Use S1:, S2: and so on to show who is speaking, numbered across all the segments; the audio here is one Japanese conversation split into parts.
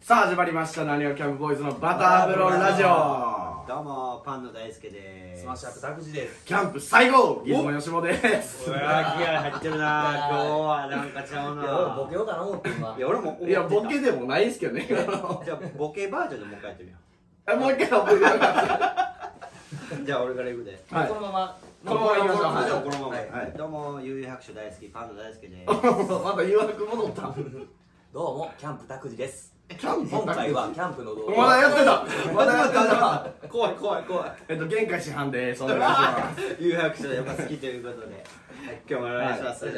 S1: さあ始まりましたなにわキャンプボーイズのバターブロンラジオ
S2: どうもパンの大輔です
S3: スマッシュアップ拓司です。
S1: キャンプ最後ギズモヨシモです
S2: うわー気合入ってるなー今日はなんかちゃうない
S3: や俺ボケようかな思って今。
S2: いや俺も思って
S1: い
S2: た
S1: やボケでもないですけどね
S2: じゃあボケバージョンでもう一回やってみよ
S1: あもう一回覚えてなかっ
S2: うじゃあ俺からいくで
S1: たはい
S3: このまま。
S1: このまま行きましょう
S2: じゃあ
S1: は
S2: このまま、
S3: はい
S1: はい
S2: どうも悠々白書大好きパンの大輔で す
S1: いまた誘惑戻った
S3: どうもキャンプ拓司です。
S1: キャンプ
S3: 今回は
S1: ま
S3: キャンプの動画。
S1: だや ってたまだやってた
S2: 怖い怖い怖い
S1: えっと玄界師範ですお願いします、
S2: 悠々白書でやっぱ好きということで、はい、今日もお願いします、
S3: はい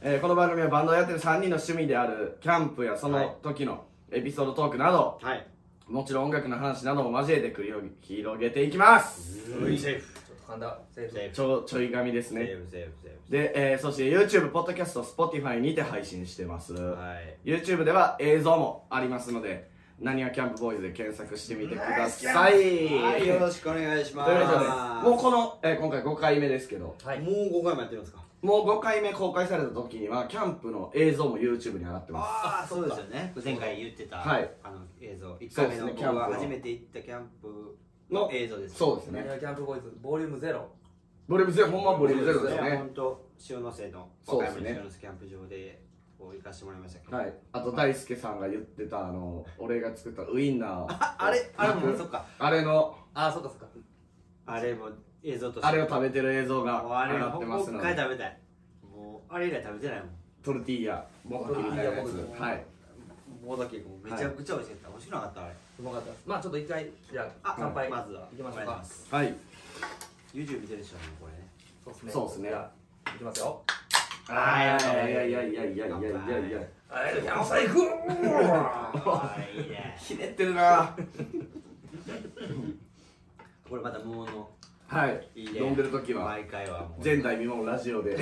S1: えーこの番組はバンドをやってる3人の趣味であるキャンプやその時のエピソードトークなど
S2: はい
S1: もちろん音楽の話なども交えて繰り広げていきます
S2: うんセーフ
S3: ちょっと神田セーフ
S2: セーフ
S1: ちょちょい髪です
S2: セ
S1: ね
S2: ーフセーフセー
S1: で、えーそして YouTube、ポッドキャスト、Spotify にて配信してます、
S2: フはい
S1: YouTube では映像もありますので何やキャンプボーイズで検索してみてください
S2: はい、
S1: とい
S2: よ
S1: うこ
S2: ろしくお願いしま
S1: と
S2: す
S1: でもうこの、えー今回5回目ですけど
S3: はい。
S2: もう5回もやってるんですか
S1: もう5回目公開された時にはキャンプの映像も YouTube に上がってます
S2: ああそうですよね前回言ってた、
S1: はい
S2: あの映像1
S1: そうで
S2: 回目
S1: す
S2: の
S1: ねキ
S2: 僕が
S1: ャンプの
S2: 初めて行ったキャンプ
S1: の
S2: の映像です
S1: そうです
S3: なに
S1: ね
S3: わキャンプボーイズボリュームゼロ。
S1: ボリュームゼロほんまボリュームゼロです
S2: いや
S1: ね
S2: 本当塩野瀬の
S1: そう
S2: 和
S1: で
S2: 歌
S1: すね
S2: 山の塩野瀬キャンプ場でこう行かせてもらいましたけど、
S1: はいあと大輔さんが言ってたあの俺が作ったウインナー
S2: ああれあれもそっか
S1: あれの
S3: ああそっかそっか。
S2: あれも映像として
S1: あれを食べてる映像が
S2: もうあ
S1: 上
S2: れ
S1: が
S2: は
S1: っ
S2: も
S1: て
S2: う
S1: ます
S2: も
S1: の
S2: う一回
S1: で
S2: 食べたいもうあれ以来食べてないもん
S1: トルティーヤもがきみたいなや
S3: トルティー
S1: つ
S3: ヤ
S1: はい
S2: もうだけもうめちゃくちゃ美味しかった、美味しくなかったあれ
S3: うまかったです。まあちょっと一回じゃあ
S2: あ
S3: 乾杯。
S2: まずは
S3: 行きましょ
S2: お願
S3: う
S2: い
S3: か。
S2: ます
S1: はい
S2: YouTube 見てるでしょもうこれね
S3: そうですね。
S1: そうっすね
S3: じゃあ行きますよ。
S1: はいやいやいやいやいやいやいやいや
S3: はい。キャンプ最高。
S2: ああいいね
S1: ひねってるな
S2: これまた無音の
S1: はい
S2: いいね
S1: 飲んでる時は
S2: 毎回はもう
S1: 前代未聞ラジオで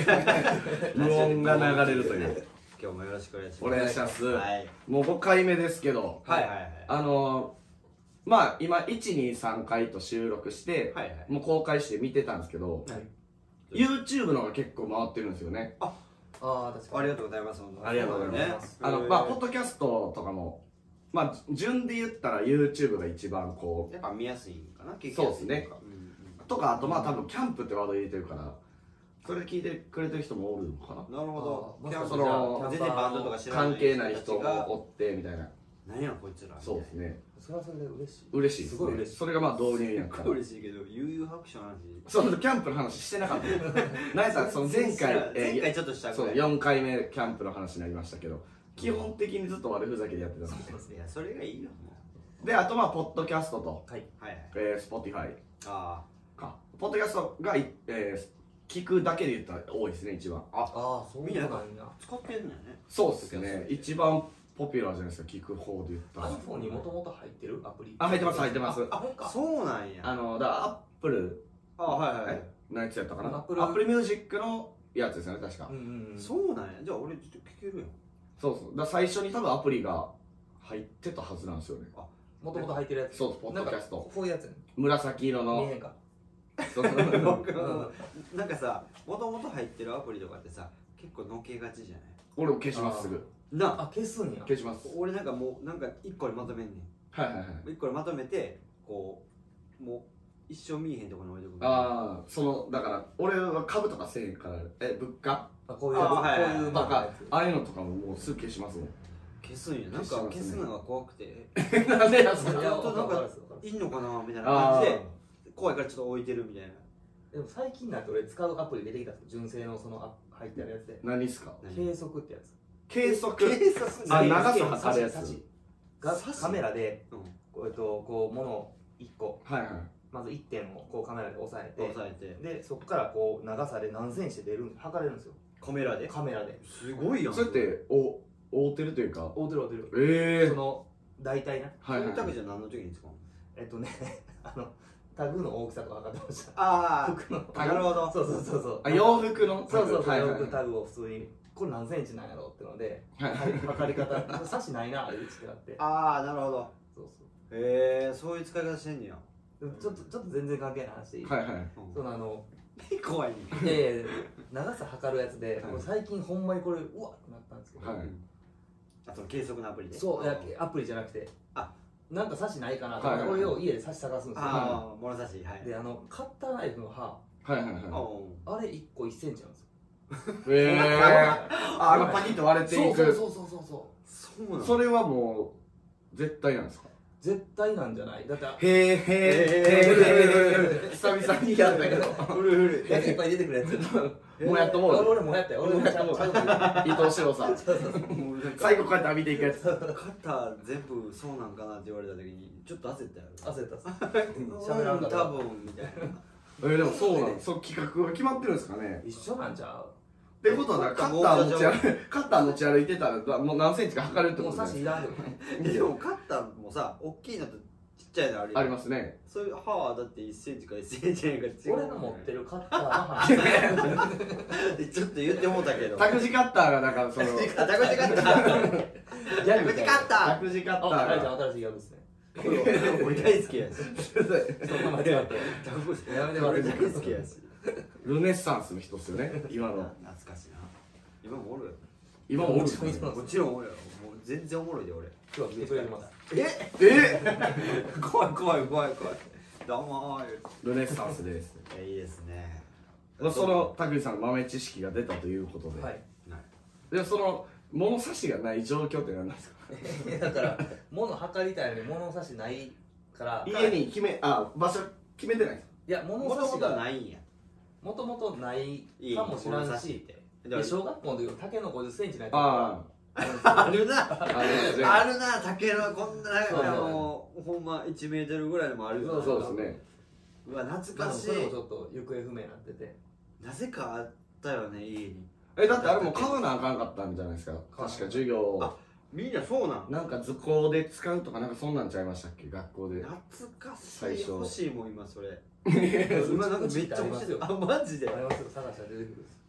S1: 無音が流れるという
S2: 今日もよろしくお願いします
S1: お願いします
S2: はい
S1: もう5回目ですけど
S2: はいはいはい
S1: あのーまあ今123回と収録して
S2: はいはい
S1: もう公開して見てたんですけど
S2: はい
S1: YouTube のが結構回ってるんですよね
S3: ああ確か
S2: あ
S3: に。
S2: りがとうございます。
S1: ありがとうござい
S3: ます
S2: ね
S1: あのまあ
S2: えー
S1: ポッドキャストとかもまあ順で言ったら YouTube が一番こ
S2: やっぱ見やすいんかな、聞きやい
S1: そうですね
S2: うんうん
S1: うとかあとまあ多分キャンプってワード入れてるからそれで聞いてくれてる人もおるのかな
S2: なるほど。
S3: あー
S2: キャンプ
S1: もしかしたらそ
S2: じゃあ
S3: の
S2: 全然バンドとか知らない
S1: 関係ない人
S2: たちが
S1: おってみたいな
S2: 何やこいつら。
S1: そうです。ね
S3: それはそれで嬉しい。
S1: 嬉しいです
S3: す
S1: ね
S3: ごい嬉しい。
S1: それがまあ導入やか
S2: 結
S1: ら
S2: 構嬉しいけど、悠々白書の話。
S1: そうキャンプの話して なかったナイさんその前回え
S2: 前
S1: ー
S2: 回ちょっとした
S1: そう
S2: い。いや
S1: 4回目キャンプの話になりましたけど基本的にずっと悪ふざけでやってたんで
S2: それがいいよ。も
S1: であとまあポッドキャストと、
S3: はい。
S2: うはいはい。
S1: えー、Spotify
S2: あ
S1: かポッドキャストが、いえー聞くだけで言ったら多いですね一番あ
S3: ああそうなんやな
S2: あ、使ってんだよね。
S1: そうっすね一番ポピュラーじゃないですか聞く方で言ったら
S3: iPhone にもともと入ってるアプリ。
S1: あ入ってます入ってます
S3: あそうか。
S2: そうなんや。
S1: あのだからアップル
S2: あはいはいは
S1: え
S2: い。
S1: のやつやったかなアップ
S3: Apple
S1: ルミュージックのやつですよね確か、
S3: うんうんうん。
S2: そうなんや。じゃあ俺ちょっと聞けるよ。
S1: そうそうだから最初に多分アプリが入ってたはずなんですよね
S3: もともと入ってるやつ。
S1: そうですポッドキャス
S3: なん
S1: ト
S3: かこういうやつやね。
S1: 紫色
S3: 見
S1: の
S3: えへんか。
S1: そうそう
S2: 僕なんかさ、もともと入ってるアプリとかってさ、結構のけがちじゃない
S1: 俺も消しますすぐ
S2: なあ
S3: あ消すんや。
S1: 消します
S2: 俺なんかもうなんか一個にまとめんね
S1: はいはいはい
S2: ん一個にまとめてこうもう一生見えへんとこに置いておく
S1: ああそのだから俺は株とかせえへんからえ物価
S3: あこういうやつ、
S2: あはいはい
S3: こういう
S1: と
S3: バカ
S1: かああいうのとかももうすぐ消しますもん
S2: 消すんやなんか
S1: 消しますね
S2: 消すのが怖くて
S1: なんでや
S3: やつ。いやわかるわかるわか
S2: いいのかなみたいな
S1: あ
S2: 感じで
S1: あ
S2: 怖いからちょっと置いてるみたいな
S3: るでも最近になって俺使うアプリ出てきたんですよ純正のそのア入ってあるやつで。
S1: 何っすか
S2: 何
S3: 計測ってやつ。
S1: 計測
S2: 計測
S1: あ
S2: 何
S1: 長さ測るやつ
S3: サチが
S2: サチ
S3: カメラで、
S2: うん
S3: こうえっとこう物を一個
S1: はいはい
S3: まず一点をこうカメラで押さえて
S2: 押、さえて
S3: でそこからこう長さで何センチ出るん測れるんですよ。
S2: カメラです
S3: カメラで。
S2: ごいやん
S1: それってお覆ってるというか
S3: 追うてる追うてる。
S1: ええ
S3: その大体な。
S1: はいはい
S2: タグじゃ何の時に使うの
S3: えっとね あのタグの大きさとか測ってました。
S2: あ
S3: 服の
S1: あなる
S2: ほど
S3: そうそうそうそう
S1: あ洋服の
S3: そうそうそう、
S1: はい
S3: よ
S1: はい
S3: くタグを普通にこれ何センチなんやろうってので
S1: はい
S3: 測り方差しないなあれってなって
S2: ああなるほど
S3: そうそ
S2: へえそういう使い方してんねや
S3: うでもちょっとちょっと全然関係ない話でいい、
S1: はいはい
S2: うん
S3: そのあの
S2: 怖いね
S3: で長さ測るやつで、
S2: はい
S3: もう最近ほんまにこれうわってなったんですけど、
S1: はい
S2: あと計測のアプリで
S3: そういやアプリじゃなくて
S2: あ
S3: なんか差しないかなと思って、
S1: はい
S3: 俺を家で差し探すんですよ
S2: ああ物差しはい
S3: であのカッターナイフの刃
S1: はいはい
S2: あ
S1: は
S2: お
S3: あれ1個1センチなんですよ
S1: いえー、ああのパキッと割れて
S3: そ
S1: いう
S3: そう
S1: く
S3: そうそうそうそう
S2: そうなの
S1: それはもう絶対なんですか
S3: 絶対なんじゃない だって
S1: へえへえへえ久々にやったけど
S2: 古い古い
S3: やついっぱい出てくるやつ
S1: もうやっとも
S3: 俺
S1: う
S3: 俺もやったよ俺もやったよ
S1: 伊藤四郎さん
S2: もうなんか
S1: 最後こうやって浴びていくやつ
S2: 肩全部そうなんかなって言われた時にちょっと焦ったよ
S3: 焦ったっす
S2: 喋らんかった多分みたいな
S1: えーでもそうなんそう企画が決まってるんですかね
S3: 一緒なんちゃ
S1: ってことはなんかカッター持ち歩いカッター持ち歩いてたらだもう何センチか測れるって
S3: うも
S1: こ
S3: う
S1: と
S3: 差
S1: です
S3: し
S1: ね
S3: いらんよ
S2: えでもカッターもさ大きいのとちっちゃいのあるよ
S1: ありますね
S2: そういう歯はだって1センチか1センチないか違う
S3: 俺の持ってるカッターの刃
S2: ちょっと言ってもうたけど
S1: タクジカッターがだからその
S2: あタコチカッター
S3: ギャ
S2: タ
S3: グ
S2: コ
S3: み
S2: チカ
S3: たいな
S2: ッ
S1: タ
S2: タ
S1: クジカッタ
S3: あ
S1: ー
S3: 大ちゃ
S1: が
S3: ん新しいギャグですね
S2: ー俺大好きやし
S3: そのまま使って
S2: タコチ
S3: やめて
S2: 俺大好きやし
S1: ルネッサンスの人っすよね今の
S2: 懐かしいな今もおるよ
S1: 今もおるん
S3: も
S1: で
S3: ち
S1: す
S3: ろ
S1: ね
S3: んそう
S2: もちろんおるよもう全然おもろいで俺
S3: 今日は来てくれてます
S2: え
S1: え
S2: 怖い怖い怖い怖いどうもー
S1: ルネッサンスです
S2: いやいいですね
S1: まあその拓司さんの豆知識が出たということで、
S3: はい
S2: はい
S1: でその物差しがない状況って何なんですか
S3: い やだから物測りたいのに物差しないから
S1: 家に決めあ場所決めてないんです
S3: いや物
S2: も
S3: 差
S2: とも
S3: し
S2: と
S3: が
S2: ないんや
S3: もともとない
S2: いい
S3: かもしれん
S2: 物差し
S3: し
S2: って
S3: いや小学校の時は竹の50センチないと
S1: あ
S2: あるな
S1: ああれ
S2: あるな竹のこんな
S3: そう
S2: あのほんま1メートルぐらいのもあるよな
S1: そうですね
S2: うわ懐かし
S3: それも
S2: い
S3: ちょっと行方不明になってて
S2: なぜかあったよね家に
S1: えだってあれも買わなあかんかったんじゃないですか確か授業
S2: あみんなそうなん
S1: なんか図工で使うとかなんかそんなんちゃいましたっけ学校 で
S2: 懐か
S1: 最
S2: しい
S1: 初
S2: 欲しいもん今それ
S3: う
S2: 今なんかめっちゃ欲しいよあマジ
S3: あ
S2: で
S3: れはちょっと探したら出てくるんです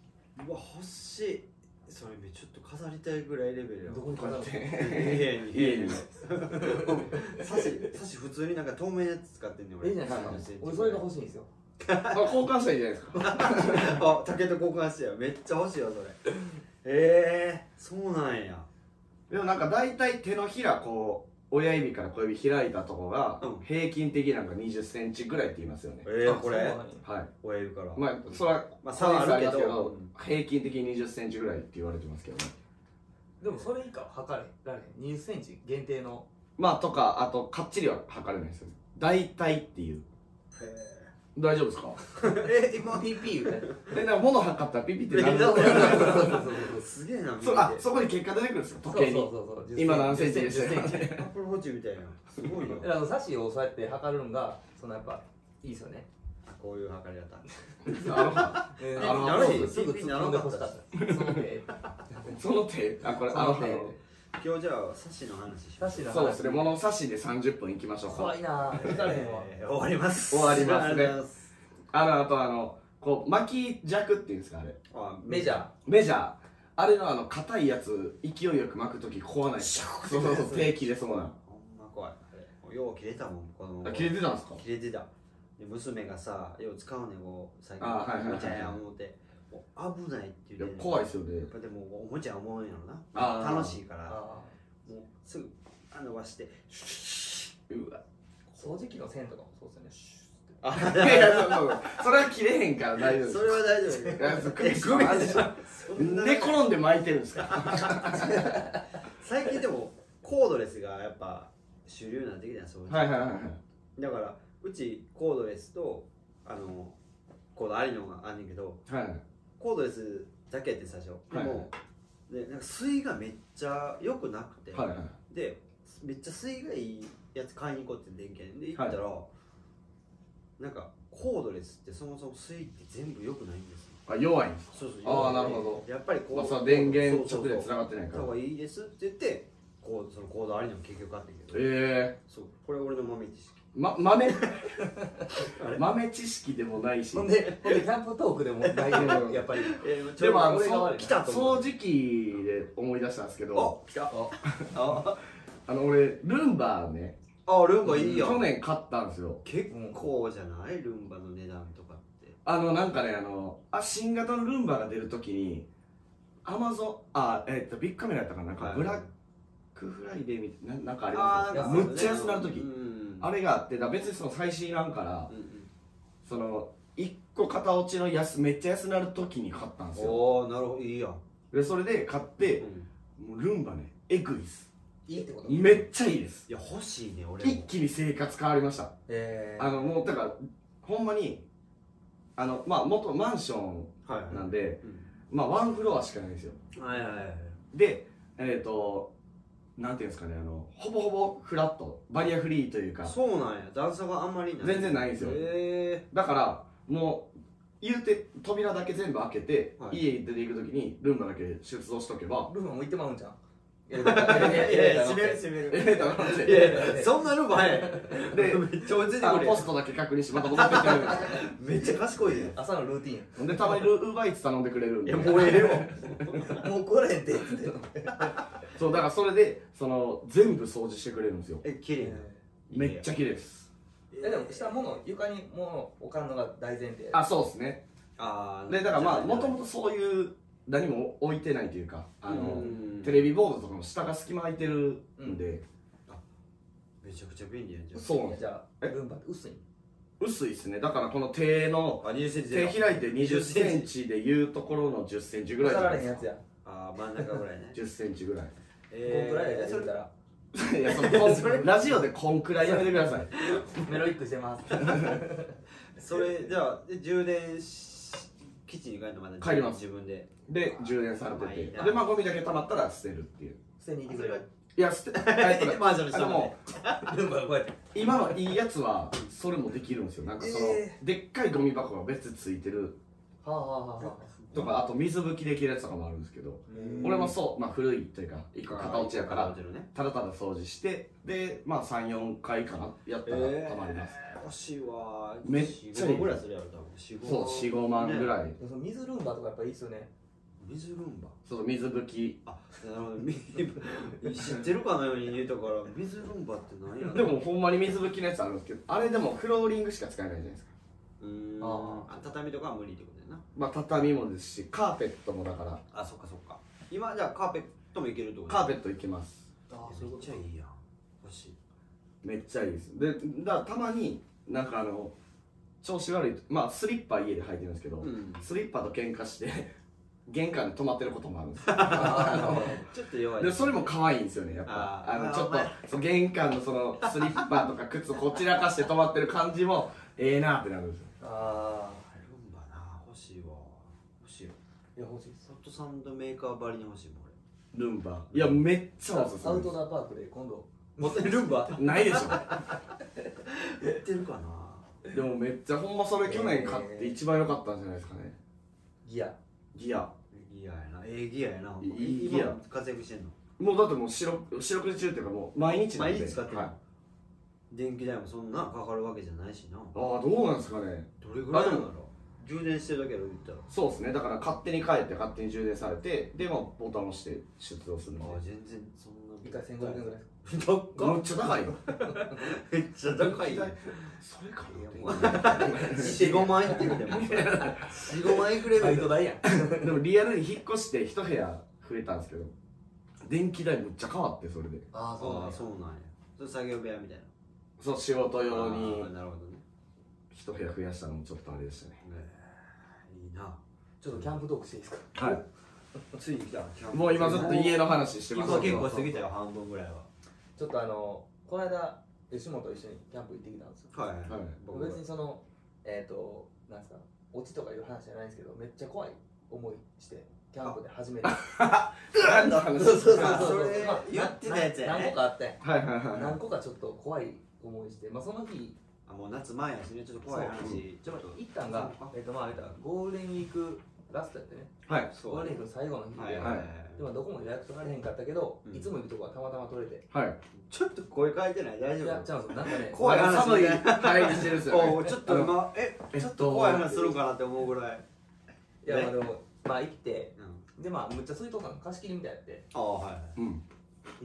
S2: うわ欲しいそれちょっと飾りたいぐらいレベルや
S3: どこ に飾るの
S2: 家に
S1: 家
S2: 家
S1: に
S2: にサシサシ普通になんか透明なやつ使ってんねん
S3: え
S2: 俺
S3: えじゃないですか俺それが欲しいんですよ
S1: あ交換したらいいじゃないですか
S2: あ竹と交換してよめっちゃ欲しいよそれええそうなんや
S1: でもなんか大体手のひらこう親指から小指開いたとこが
S2: うん
S1: 平均的なんか2 0センチぐらいって言いますよね、
S2: ええ
S3: あ
S2: こ
S3: そう
S2: れ
S3: なんや
S1: はい
S2: 親指から
S1: まあそれは
S2: まあ
S1: 差はあるけど
S2: 差はあるけどうん
S1: 平均的に2 0センチぐらいって言われてますけどね
S3: でもそれ以下は測れられへん20センチ限定の
S1: まあとかあとかっちりは測れないですよね大体っていう
S2: へ
S1: 大丈夫ですか
S2: ええ 今
S3: ピーピー言うて
S1: でなんか物測ったらピピってなる
S2: そうそう
S3: そうそう
S2: すげえな見て
S1: そうあそこに結果出てくるんですよ時計に
S3: そうそうそう
S1: 今何センチで
S3: 10
S1: したよ
S3: 10センチ
S2: アップルウォッチみたいなすごいよ
S3: だからサシをそうやって測るのがそのやっぱいいですよね
S2: こういう測り方
S1: あのは
S3: え
S1: あのなるほど
S3: すぐ突っ込んでほしかったですその手
S1: その手あこれ
S3: そ
S1: あ
S3: の
S1: の
S3: 手
S1: 手
S2: 今日じゃあサシの話し
S3: サ
S2: ま
S3: シの話
S1: そうですね物差しで30分いきましょう
S3: 怖
S1: か
S3: いなぁ
S2: す
S3: 疲れへんわ
S2: えー終わります
S1: 終わりますね
S2: ありがとうございます
S1: あのあとあのこう巻き尺っていうんですかあれ
S2: あ
S3: メジャー
S1: メジャーあれのあの硬いやつ勢いよく巻くとき壊ないそうそうそう手切れそうな
S2: ほんま怖いあれよう切れたもんこの
S1: あ切れてたんですか
S2: 切れてたで娘がさよう使うねんこう最近
S1: あはいはいはい
S2: おもちゃや思うてもう危ないって
S1: い
S2: 言
S1: や
S2: うてんねん
S1: 怖いですよね
S2: やっぱでもおもちゃは思うんやろ
S1: あ
S2: な
S1: ー
S2: 楽しいから
S3: あ
S2: もうすぐあ伸ばしてシュッシ
S1: うわ
S3: ー掃除機の線とかもそうですよねシ
S2: ュ
S3: ュ
S2: ッ
S1: いやいやそうそうそれは切れへんから大丈夫です
S2: それは大丈夫
S1: いやそう
S2: えごめ んなさい
S1: で転んで巻いてるんですか
S2: 最近でもコードレスがやっぱ主流になってきたやんそういうの
S1: はいはいはいはい
S2: だからうちコードレスとあのコードありのがあんねんけど
S1: はい
S2: コードレスだけやってん最初で
S1: はい
S2: も、でなんか水がめっちゃ良くなくて、
S1: はいはい
S2: でめっちゃ水がいいやつ買いに行こうって電源で行ったら、なんかコードレスってそもそも水って全部良くないんですよ
S1: あ弱いんです
S2: そうそう
S1: あーなるほ
S2: どやっぱりこ
S1: まあ
S2: う、
S1: その電源
S2: そう
S1: 直
S2: そう
S1: で
S2: そう
S1: 繋がってないか
S2: だ
S1: ら
S2: からいいですって言ってこうそのコードありのも結局買ってんけど
S1: ええ
S2: そうこれ俺の豆知識
S1: ま豆
S2: あれ
S1: 豆知識でもないし
S3: ほんでほんでキャンプトークでも大丈夫やっぱり
S2: えー
S1: でもあの
S2: 俺が
S1: そう
S2: 悪いな来たと思
S1: 掃
S2: う
S1: 除機で思い出したんですけど
S2: お来た
S3: お
S2: あ
S1: あの俺ルンバね
S2: あルンバいいやん
S1: 去年買ったんですよ
S2: 結構じゃないルンバの値段とかって
S1: あのなんかねあのあ新型のルンバが出るときにアマゾンあえっ、とビッグカメラやったかななん
S2: は
S1: か
S2: い
S1: ブラックフライデーみたいななんなんかあり
S2: あ
S1: ま
S2: ー
S1: す
S2: な
S1: よ
S2: んか
S1: むっちゃ安なるとき、
S2: うん
S1: あれがあってだから別にその最新いらんから
S2: うんうん
S1: その1個型落ちの安めっちゃ安なるときに買ったんですよ
S2: おおなるほどいいやん
S1: でそれで買って
S2: うん
S1: もうルンバねエグいっす
S3: いいってこと
S1: めっちゃいいです
S2: いや欲しいね俺も
S1: 一気に生活変わりました
S3: え
S1: あのもうだからほんまにあのまあ元マンション
S2: はいは
S1: なんで、
S2: い
S1: まあワンフロアしかないんですよ
S2: うんはいはいはい
S1: でえっ、となんていうんですかねあのほぼほぼフラットバリアフリーというか
S2: そうなんや段差があんまりない
S1: 全然ないんですよ
S2: へ
S1: だからもう言うて扉だけ全部開けて、
S2: はい
S1: 家出ていく時にルンバだけ出動しとけ ば
S3: ルーム向いてまうんじゃんいや
S2: えいやいや閉める閉め
S1: え
S2: る
S1: えだから
S2: いやいやそんなルーム早い
S1: で
S2: めっちゃ落ちて
S1: あ
S2: く
S1: の
S2: れ
S1: ポストだけ確認してまた戻ってきてるんで
S2: めっちゃ賢いね
S3: 朝のルーティ ン
S1: すよでたまにルウーバーイーツ頼んでくれるん
S2: い
S1: で
S2: やもうええよ
S3: やもう来れへんって言って
S1: そうだからそれでその全部掃除してくれるんですよ
S2: え綺麗な
S1: めっちゃ綺麗です
S3: えでも下物床に物置かんのが大前提
S1: あそうですね
S2: あー
S1: でだからまあもとも
S2: と
S1: とそういう何も置いてないというかあのテ
S2: ビ
S1: レビボードとかも下が隙間空いてるんで、
S2: めちゃくちゃ便利やんじゃん
S1: そうなんです
S3: じゃあ
S1: え
S3: ルンバって薄い
S1: 薄いですねだからこの手の
S2: あ20センチ
S1: 手開いて2 0ンチでいうところの1 0ンチぐらい
S3: 腐
S1: じゃな
S3: られ
S1: い
S3: へん
S1: ですか
S3: やつや
S2: あー真ん中ぐ らいね
S1: 1 0ンチぐらい
S3: こんくらい
S2: え
S3: やで
S2: ーそ
S3: 言うた
S2: れ
S3: ら
S1: いやそのこんラジオでこんくらいやめてください
S3: メロイックしてます
S2: それじゃあで充電し基地に帰るのまだ
S1: 帰ります
S2: 自分で
S1: で充電され
S2: まあ
S1: て
S2: いい
S1: て
S2: な
S1: でまあゴミだけ溜まったら捨てるっていう
S3: 捨てに行ってくれよ
S1: いや捨てえっとね
S2: マージョン にし
S1: あ
S2: た
S1: でも
S2: のね
S3: ルンバが こうやって
S1: 今のいいやつはそれもできるんですよなんかその、
S3: え
S1: でっかいゴミ箱が別についてる
S3: はあはあはあは
S1: とかあと水拭きできるやつとかもあるんですけど、
S3: あ
S1: 俺もそう、まあ、古いというか一個片落ちやか
S2: 片
S1: ら
S2: 落ちのね
S1: ただただ掃除してでまあ34回かなやったら
S2: えー
S1: たまります、
S2: 欲しいわー
S1: めっちゃいい
S2: 45ぐらいするやろ多分45
S1: そう45万ぐらい、
S3: でもその水ルンバとかやっぱいいっすよね
S2: 水ルンバ
S1: そう水拭き
S2: あなるほどみ知ってるかのように言うたから水ルンバって何やろ
S1: でもほんまに水拭きのやつあるんですけどあれでもフローリングしか使えないじゃないですか
S2: うーん
S3: あ
S2: あ畳とかは無理ってことやな
S1: まあ畳もですしカーペットもだから
S2: あそっかそっか今じゃあカーペットもいけるってこと
S1: カー
S2: ペ
S1: ペットいけます
S3: あ
S2: めっちゃいいやん欲しい
S1: めっちゃいいですでだからたまになんかあの調子悪いとまあスリッパ家で履いてるんですけど、
S2: ん
S1: スリッパと喧嘩して玄関で止まってることもあるんですよ
S2: ちょっと弱い
S1: でそれも可愛いんですよねやっ
S2: あ
S1: ぱあ
S2: ーあ
S1: の
S2: ー
S1: ちょっ
S2: お前
S1: とそう玄関のそのスリッパとか靴こちらかして止まってる感じもええなってなるんですよ
S3: あ
S2: あルンバな欲しいわ欲しいよ
S3: ーいや欲しいっす
S2: ホットサンドメーカーばりに欲しいもん俺
S1: ルンバいやめっちゃおすす
S3: アウ
S1: め
S3: ト
S1: で
S3: ドアパークで今度
S2: 持ってるルンバ
S1: すないでしょ
S2: 売ってるかな
S1: でもめっちゃほんまそれ去年買って一番良かったんじゃないですかね
S3: ギア
S1: ギア
S2: ギアやなええギアやなほんま
S1: いいギア
S2: 今活躍してんの
S1: もうだってもう四六四六時中っていうかもう毎日なんで
S2: 毎日使ってる
S1: はい、あ
S2: 電気代もそんなかかるわけじゃないしな
S1: あーどうなんですかね
S2: どれぐらいなんだろう充電してるだけやろ言ったら
S1: そうですねだから勝手に帰って勝手に充電されてでまあボタン押して出動するんで
S2: ああ全然そんな
S3: 一回1500円ぐらい
S2: 高っ
S1: めっちゃ高いよ
S2: めっちゃ高い
S1: それか
S2: 45万円って言うて も45万円くれ
S3: バ
S2: る
S3: イト代や ん
S1: でもリアルに引っ越して一部屋増えたんですけど電気代むっちゃ変わってそれで
S3: ああ
S2: ああ
S3: そ
S2: そううなんやそれ作業部屋みたいな
S1: そう仕事用に
S2: ああなるほどね
S1: 一部屋増やしたのもちょっとあれでしたね
S2: ねえいいな
S3: ちょっとキャンプトークしていいですか
S1: はい
S2: ついに来たキャンプ
S1: もう今ずっと家の話してます
S2: 今結構過ぎたよ半分ぐらいは
S3: ちょっとあのこの間吉本と一緒にキャンプ行ってきたんですよ
S2: はい
S1: はい
S2: 僕
S3: 別にそのえっ、となんですかオチとかいう話じゃないんですけどめっちゃ怖い思いしてキャンプで初めて
S1: 何の話
S2: そうそうそう
S3: あ
S2: それ言ってたやつやね
S3: 何個かあって
S1: はいはいはい
S3: 何個かちょっと怖い思いしてまあその日
S2: あもう夏前やしねちょっと怖い話ちょっと
S3: 一旦が
S2: あ
S3: えっ、とまあ言ったらゴールデンウィークラストやってね
S1: はい
S2: そう
S3: ゴールデンウィークの最後の日で、
S2: はいはいはい
S3: でもどこも予約取られへんかったけど、
S2: うん
S3: いつも行くとこはたまたま取れて、
S1: はい
S2: ちょっと声変えてない大
S3: い
S2: 丈
S3: や
S2: 夫
S3: ちゃうんですよなんかね
S2: 怖い話
S1: 寒い入りしてるんですよ、
S2: お
S1: ね、
S2: おちょっと今え
S1: えっ
S2: ち
S1: と
S2: ょっと怖い話するかなって思うぐらい
S3: いやまあでもまあ行って
S2: うん
S3: でまあむっちゃそういうとこの貸し切りみたいやって
S2: ああはいはい
S1: うん
S3: い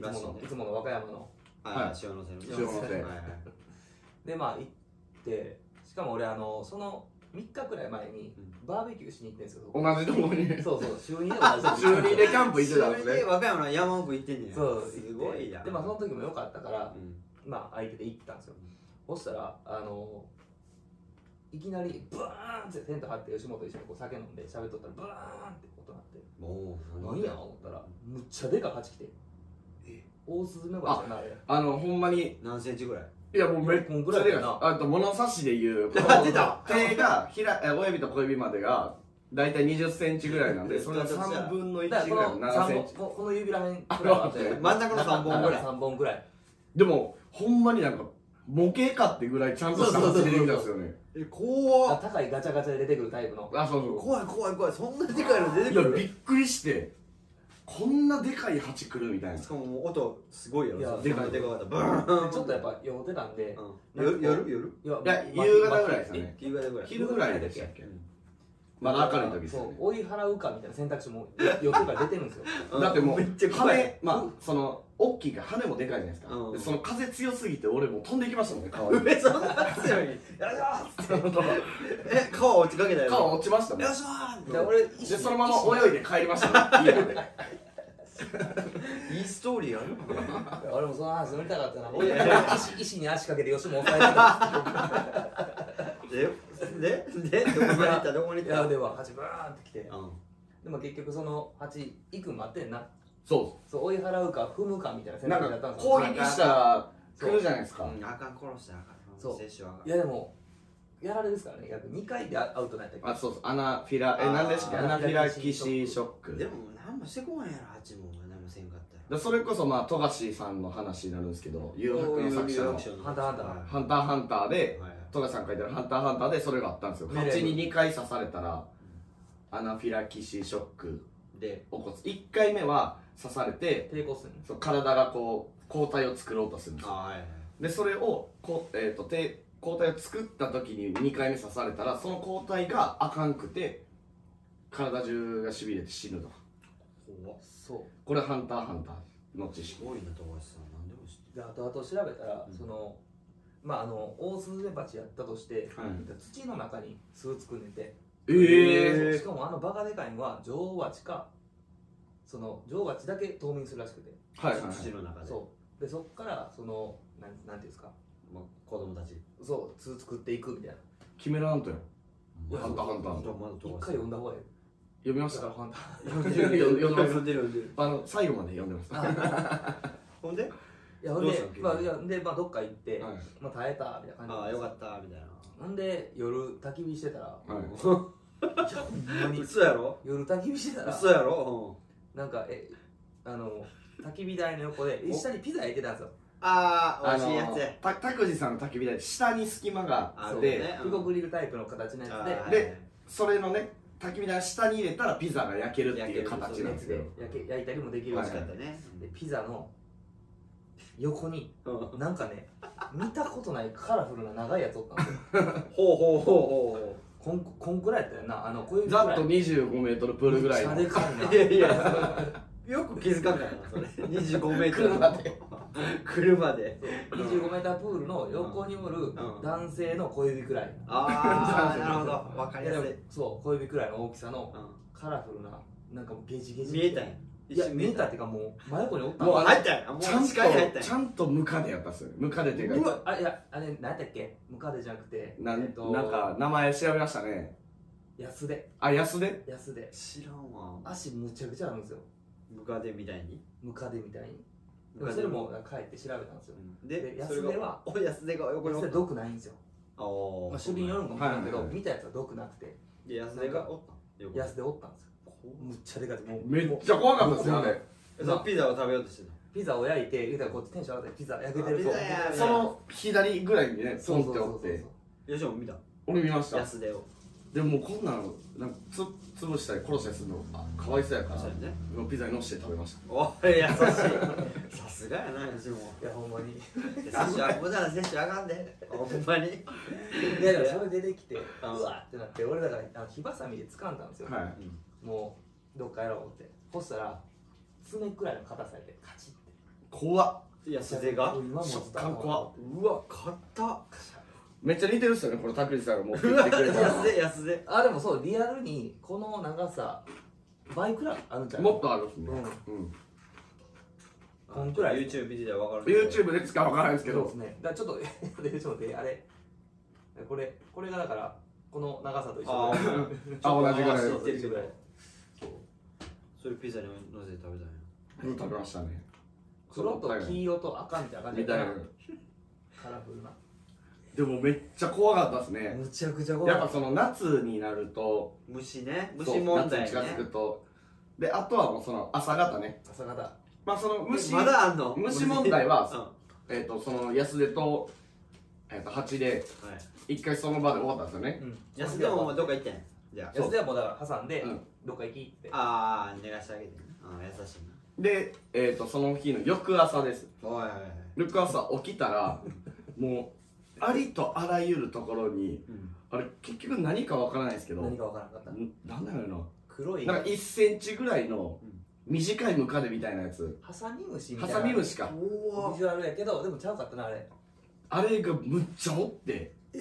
S3: つも
S2: らしい
S3: の
S2: ね
S3: いつもの和歌山の
S2: はい
S1: は
S2: はいい、塩のせの
S1: 塩のせ
S2: はいはい
S3: でまあ行ってしかも俺あのその3日くらい前に
S2: うん
S3: バーベキューしに行ってんですよ
S1: 同じとこに
S3: そうそう週2で 同じ
S1: 週二でキャンプ行ってたんです
S2: それで
S1: ね
S2: 和歌山の山奥行ってんねん
S3: そう
S2: すごいや
S3: でまあその時も良かったから
S2: うん
S3: まあ相手で行ってたんですよそしたらあのいきなりブーンってテント張って吉本と一緒にこう酒飲んで喋っとったらブーンって音鳴って
S2: もう
S3: 何や思ったらむっちゃでかい鉢来て大スズメバチやなあれ
S1: あのほんまに
S2: 何センチぐらい
S1: いやもうめっ
S3: こんぐ
S1: ち
S3: ら
S1: ゃ
S3: い
S1: で
S3: か
S1: か
S3: ない
S1: あと物差しで 言う
S2: やってた
S1: 手がひらえ親指と小指までが大体2 0ンチぐらいなんでそれが3分の1
S3: だから
S1: ぐ
S3: こ
S1: らい
S3: の
S1: の
S3: 三
S1: 7セン
S3: 本
S1: チ
S3: ここの指らへんくらいはあって
S2: あ真ん中の三本ぐらい
S3: 3本ぐらい
S1: でもほんまになんか模型かってぐらいちゃんとした
S3: そうそうそう
S1: 形出て
S3: そう
S1: きたんですよね
S2: え怖っ
S3: 高いガチャガチャで出てくるタイプの
S1: あそうそう
S2: 怖い怖い怖いそんなでかいの出て
S1: い
S2: く
S1: や
S2: る
S1: びっくりしてこんなでかい蜂来るみたいな
S2: しかももう音すごいや
S3: いや
S2: ろでかいでかかったブーン
S3: ちょっとやっぱ酔ってたんで
S2: うん夜夜夜
S3: いや
S1: いや
S3: ま
S1: 夕方ぐらいですよね
S2: 夕方ぐらい
S1: 昼ぐらいでしたっけまだ明るい時です
S3: そ
S1: よ
S3: う
S1: ね
S3: 追い払うかみたいな選択肢も酔ってから出てるんですよ
S2: うん
S1: だってもう
S2: めっちゃ怖い
S1: 羽まあその大きいから羽もでかいじゃないですか
S2: うん
S1: でその風強すぎて俺もう飛んでいきましたもんね川 に
S2: 上そんな強いやるぞえ川落ちかけたやろ
S1: 川落ちましたね
S2: よっしゃ
S3: で
S2: ー
S3: 俺
S1: でそのまま泳いで帰りましたね家まで
S2: いいストーリーあるこれ
S3: 俺もその話乗りたかったない
S2: やいや
S3: 石石に足かけて吉本抑えてた
S2: でででどこまで行ったど こまで
S3: い
S2: 行った
S3: やでは蜂ブーンって来て
S2: うん
S3: でも結局その蜂行くん待ってんな
S1: そ
S3: そう追い払うか踏むかみたいな
S1: う
S3: 選
S1: な
S3: 択肢だ
S1: ん
S3: った
S1: か
S3: んですよ
S1: 攻撃したら来るじゃないですか
S2: うんあかん殺したらあかん
S3: そう
S2: 接種はあか
S3: いやでもやられですからね逆に2回でアウトなんやったっけ
S1: あそうそうアナフィラえ
S2: あー
S1: 何でしたっけアナフィラキシーショッ
S2: ん
S1: ク
S2: でも何もしてこんやろあっちも何もせんかったら
S1: でそれこそまあ富樫さんの話になるんですけど誘惑の作者
S2: ハ
S1: の
S3: こハンターハンター
S1: 「ハンターハンター」で
S2: はい
S1: 富樫さんが書いてる「ハンターハンター」でそれがあったんですよ
S3: ね
S1: 蜂に2回刺されたらアナフィラキシーショック
S2: で
S1: 起こす1回目は刺されて
S3: 抵抗するんです
S1: そう体がこう抗体を作ろうとするんです
S2: あ
S1: よ
S2: はいはい
S1: でそれをこ、えー、と抵抗体を作った時に2回目刺されたらその抗体があかんくて体中がしびれて死ぬと
S2: 怖っ
S3: そ
S1: これハンターハンターの知
S2: す
S1: 識
S2: ごいな友達さん何でも知って
S3: うで後々調べたら、
S2: うん
S3: そのまああのオオスズメバチやったとして、
S1: はい
S3: 土の中に巣作んでて
S1: え
S3: しかもあのバカでかいのは女王蜂かその女王蜂だけ冬眠するらしくて
S1: はいはいはい
S2: 土の中で
S3: そうでそっからそのなんなんていうんですか
S2: まあ子供たち
S3: そう巣作っていくみたいな
S1: キメラハントやん
S3: いや
S1: ハンターハンター
S2: まだ
S3: 一
S2: 友
S3: 回
S2: 達
S3: 読んだ 方がいい
S1: 読みま
S3: だ
S1: し
S3: から
S1: た
S3: ハンター
S2: 読んでる読んでる読んでる読んでる
S1: あの最後まで読んでましたは
S2: ほんで
S3: いやほん
S2: どうし
S3: で
S2: たの急に
S3: まあいやでまあどっか行って、
S1: い
S3: まあ耐えたみたいな感じ
S2: ああよかったみたいな
S3: ほんで夜焚き火してたら
S1: はい
S3: いやほんまに
S2: 嘘やろ
S3: 夜焚き火してたら
S2: 嘘やろうん
S3: なんかえあの焚き火台の横で一緒にピザ焼いてたんですよ
S2: ああ
S1: あ
S2: 美味しいやつや
S1: のた拓司さんの焚き火台下に隙間があっ
S2: ある
S1: て
S2: ね
S3: フググリルタイプの形のや
S2: あ
S3: つで
S2: ー
S1: でそれのね焚き火台下に入れたらピザが焼けるっていう形なんですけど
S3: 焼け焼いたりもできる
S2: 美
S3: ら
S2: 味
S3: し
S2: しか
S3: かっ
S2: ったたね
S3: でピザの横に
S2: うんほう
S3: なんかね見たことないカラフルな長いやつおったんですよ
S2: ほうほうほ
S3: こんこんくらいやったよなあの小指く
S1: ざ
S3: ら
S1: っ
S3: い
S1: と2 5ルプールぐらいの
S3: めっちゃで
S2: う
S3: か
S2: い
S3: いな
S2: やいや よく気づかんかったなそれ25メート ル
S1: 車で
S2: 車で
S3: 25メータープールの横におる
S2: ん
S3: 男性の小指くらい
S2: あ あなるほどわか
S3: い
S2: り
S3: や
S2: や
S3: ですも
S2: い
S3: そう小指くらいの大きさの
S2: う
S3: カラフルななんかもうゲジゲ
S2: ん
S3: ジ
S2: 見えたんや
S3: いや見えたっていうかもう真横におった
S2: もう
S3: あ
S2: 入ったんやもう
S1: ちゃん
S2: 視界に入った
S1: と
S2: ん
S1: ち
S2: や
S1: ゃんとムカデやったっすよねムカデっていう
S2: う
S1: か
S2: わ
S3: あいやあれ何やったっけムカデじゃなくて
S1: なん
S3: えっと
S1: なんか名前調べましたね
S3: 安で
S1: あ安で
S3: 安で
S2: 知らんわ
S3: 足むちゃくちゃあるんですよ
S2: ムカデみたいに
S3: ムカデみたいにでもそれも帰って調べたんですよ
S2: で
S3: で
S2: それ
S3: 安出
S2: が
S3: は
S2: お安出が横に
S3: 安
S2: おっ
S3: で
S2: た
S3: 毒ないんですよ
S2: あー
S3: まあ種類によるんかもしれないけど
S1: はいはいはい
S3: 見たやつは毒なくて
S2: で安出がおった横に
S3: 安でおったんですよむっちゃでかいもう
S1: めっちゃ怖かったっすよあれ
S2: えそのピザを食べようとしてた
S3: ピザを焼いて言うたらこっちテンション上がってピザ焼けてる
S2: あピザや
S1: その左ぐらいにね
S3: そ
S1: ポ
S3: う
S1: ン
S3: そ
S1: っ
S3: う
S1: て
S3: そう
S1: おっ
S3: そう
S1: て
S2: よしも見た
S1: 俺見ました
S2: 安出を
S1: でももうこんなのなんかつ潰したり殺したりするのあかわいそうやから
S2: そうやね
S1: もうピザにのして食べました
S2: おい優しい さすがやなよしも
S3: いやほんまに
S2: 接種あこじゃ接種あかんでほんまに
S3: いやでもそれ出てきて
S2: あ
S3: うわってなって俺だからあの火ばさみで掴んだんですよ、
S1: はい
S3: もうどっかやろう思ってそしたら爪くらいの硬さやでカチッて
S1: 怖っ
S2: 安出が
S3: 今もう
S1: 食感怖っ
S2: うわ買った
S3: カシャ
S1: めっちゃ似てるっすよねこの拓司さんが持ってきてくれた の
S2: 安で安で
S3: あでもそうリアルにこの長さ倍くらいあるんじゃない
S1: もっとあるっすね、うん
S3: こんくらい
S2: YouTube 時代わかる
S1: YouTube で使うか分からないですけ
S3: そうで
S1: ど
S3: すねだからちょっと ちょっと待ってあれこれこれがだからこの長さと一緒
S2: あ
S3: で
S1: あ同じぐらい
S2: あ
S1: で
S2: 知ってるけど
S3: そう
S2: それピザにのせて食べたんや
S1: うん食べましたね
S3: 黒と黄色と赤みたいな感じ
S1: みたいな
S3: カラフルな
S1: でもめっちゃ怖かったですね
S3: むちゃくちゃ
S1: やっぱその夏になると
S2: 虫ね
S1: そ
S2: 虫
S1: う
S2: 問題ね
S1: 夏に近づくとであとはもうその朝方ね
S3: 朝方
S1: まあその虫、
S2: まだあんの
S1: 虫問題は
S2: うん
S1: えっ、とその安出と,、えっと8で
S2: はい
S1: 一回その場で終わったんですよね
S2: 安田もどっか行ったんやじゃあ
S3: 安田はもうだから挟んで
S1: うん
S3: どっか行きって
S2: ああ寝かしてあげてああ優しい
S1: で、えっとその日の翌朝です
S2: なおいおいおい
S1: 翌朝起きたらもうありとあらゆるところに
S2: うん
S1: あれ結局何かわからないですけど
S3: 何かわからなかった
S1: んなんだろ
S3: 黒
S1: う
S3: い
S1: ななんか1センチぐらいの
S2: うん
S1: 短いムカデみたいなやつ
S3: ハサミムシみた
S1: ハ
S3: いな
S1: サミムシか
S2: お
S3: ビジュアルやけどでもちゃうかったなあれ
S1: あれがむっちゃおって
S2: え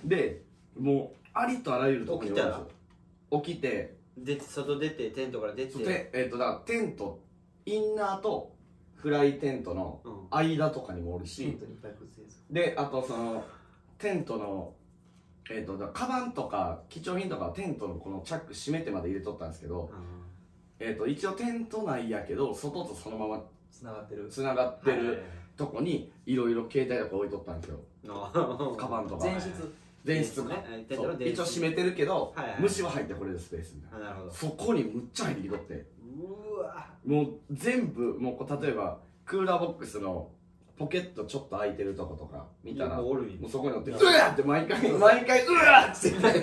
S2: え
S1: でもうありとあらゆるところに
S2: 起きたら
S1: おるんですよ起きて
S2: 出て外出てテントから出
S1: そ
S2: て
S1: うてえっ、とだからテントインナーとフライテントの
S2: うん
S1: 間とかにもおるし、
S3: シートにいっぱいくっついてる
S1: であとそのテントのえっ、とだカバンとか貴重品とかはテントのこのチャック閉めてまで入れとったんですけど、えっと一応テント内やけど外とそのまま
S3: つながってる
S1: つながってるとこにいろいろ携帯とか置いとったんですよ
S2: の
S1: カバンとか
S3: 前室
S1: 前室か
S2: ね
S1: そう
S2: 電子
S1: 一応閉めてるけど、
S2: はいはい
S1: 虫は入ってこれるスペースみたい
S2: あなるほ
S1: な
S2: ど
S1: そこにむっちゃ入ってきとって
S2: うわ
S1: もう全部もうこう例えばクーラーボックスのポケットちょっと開いてるとことか見たら
S2: もう
S1: も
S2: おるんや
S1: うそこに乗って「
S3: いうや
S1: わ!」って毎回毎回「うわ!」って言って